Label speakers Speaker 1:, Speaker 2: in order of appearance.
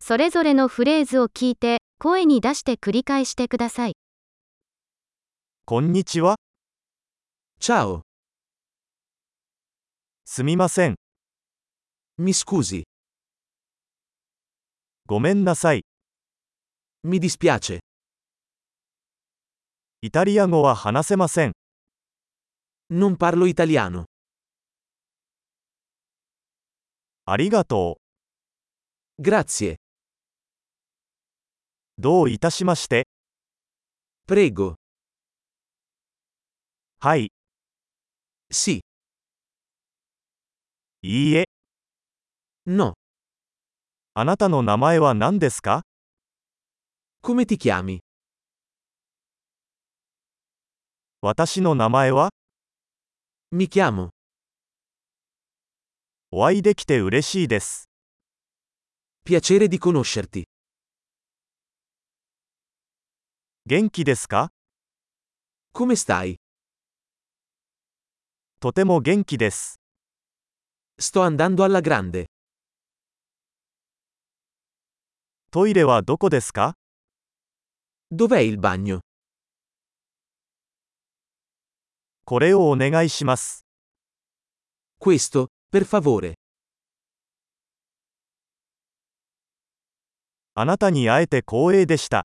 Speaker 1: それぞれのフレーズを聞いて、声に出して繰り返してください。
Speaker 2: こんにちは。
Speaker 3: Ciao,
Speaker 2: すみません。
Speaker 3: mi scusi,
Speaker 2: ごめんなさい。
Speaker 3: mi dispiace,
Speaker 2: イタリア語は話せません。
Speaker 3: non parlo italiano.
Speaker 2: ありがと
Speaker 3: Grazie,
Speaker 2: う。どういたしまして。
Speaker 3: prego,
Speaker 2: はい、
Speaker 3: sì,
Speaker 2: いいえ。
Speaker 3: no.
Speaker 2: あなたの名前は何ですか
Speaker 3: Come ti chiami?
Speaker 2: 私の名前は
Speaker 3: Mi chiamo.
Speaker 2: お会いできて嬉しいです。
Speaker 3: Piacere di conoscerti.
Speaker 2: 元気ですか
Speaker 3: Come stai?
Speaker 2: とても元気です。
Speaker 3: Sto andando alla grande.
Speaker 2: トイレはどこですか
Speaker 3: Dov'è il bagno?
Speaker 2: これをお願いします。
Speaker 3: Questo, per favore.
Speaker 2: あなたに会えて光栄でした。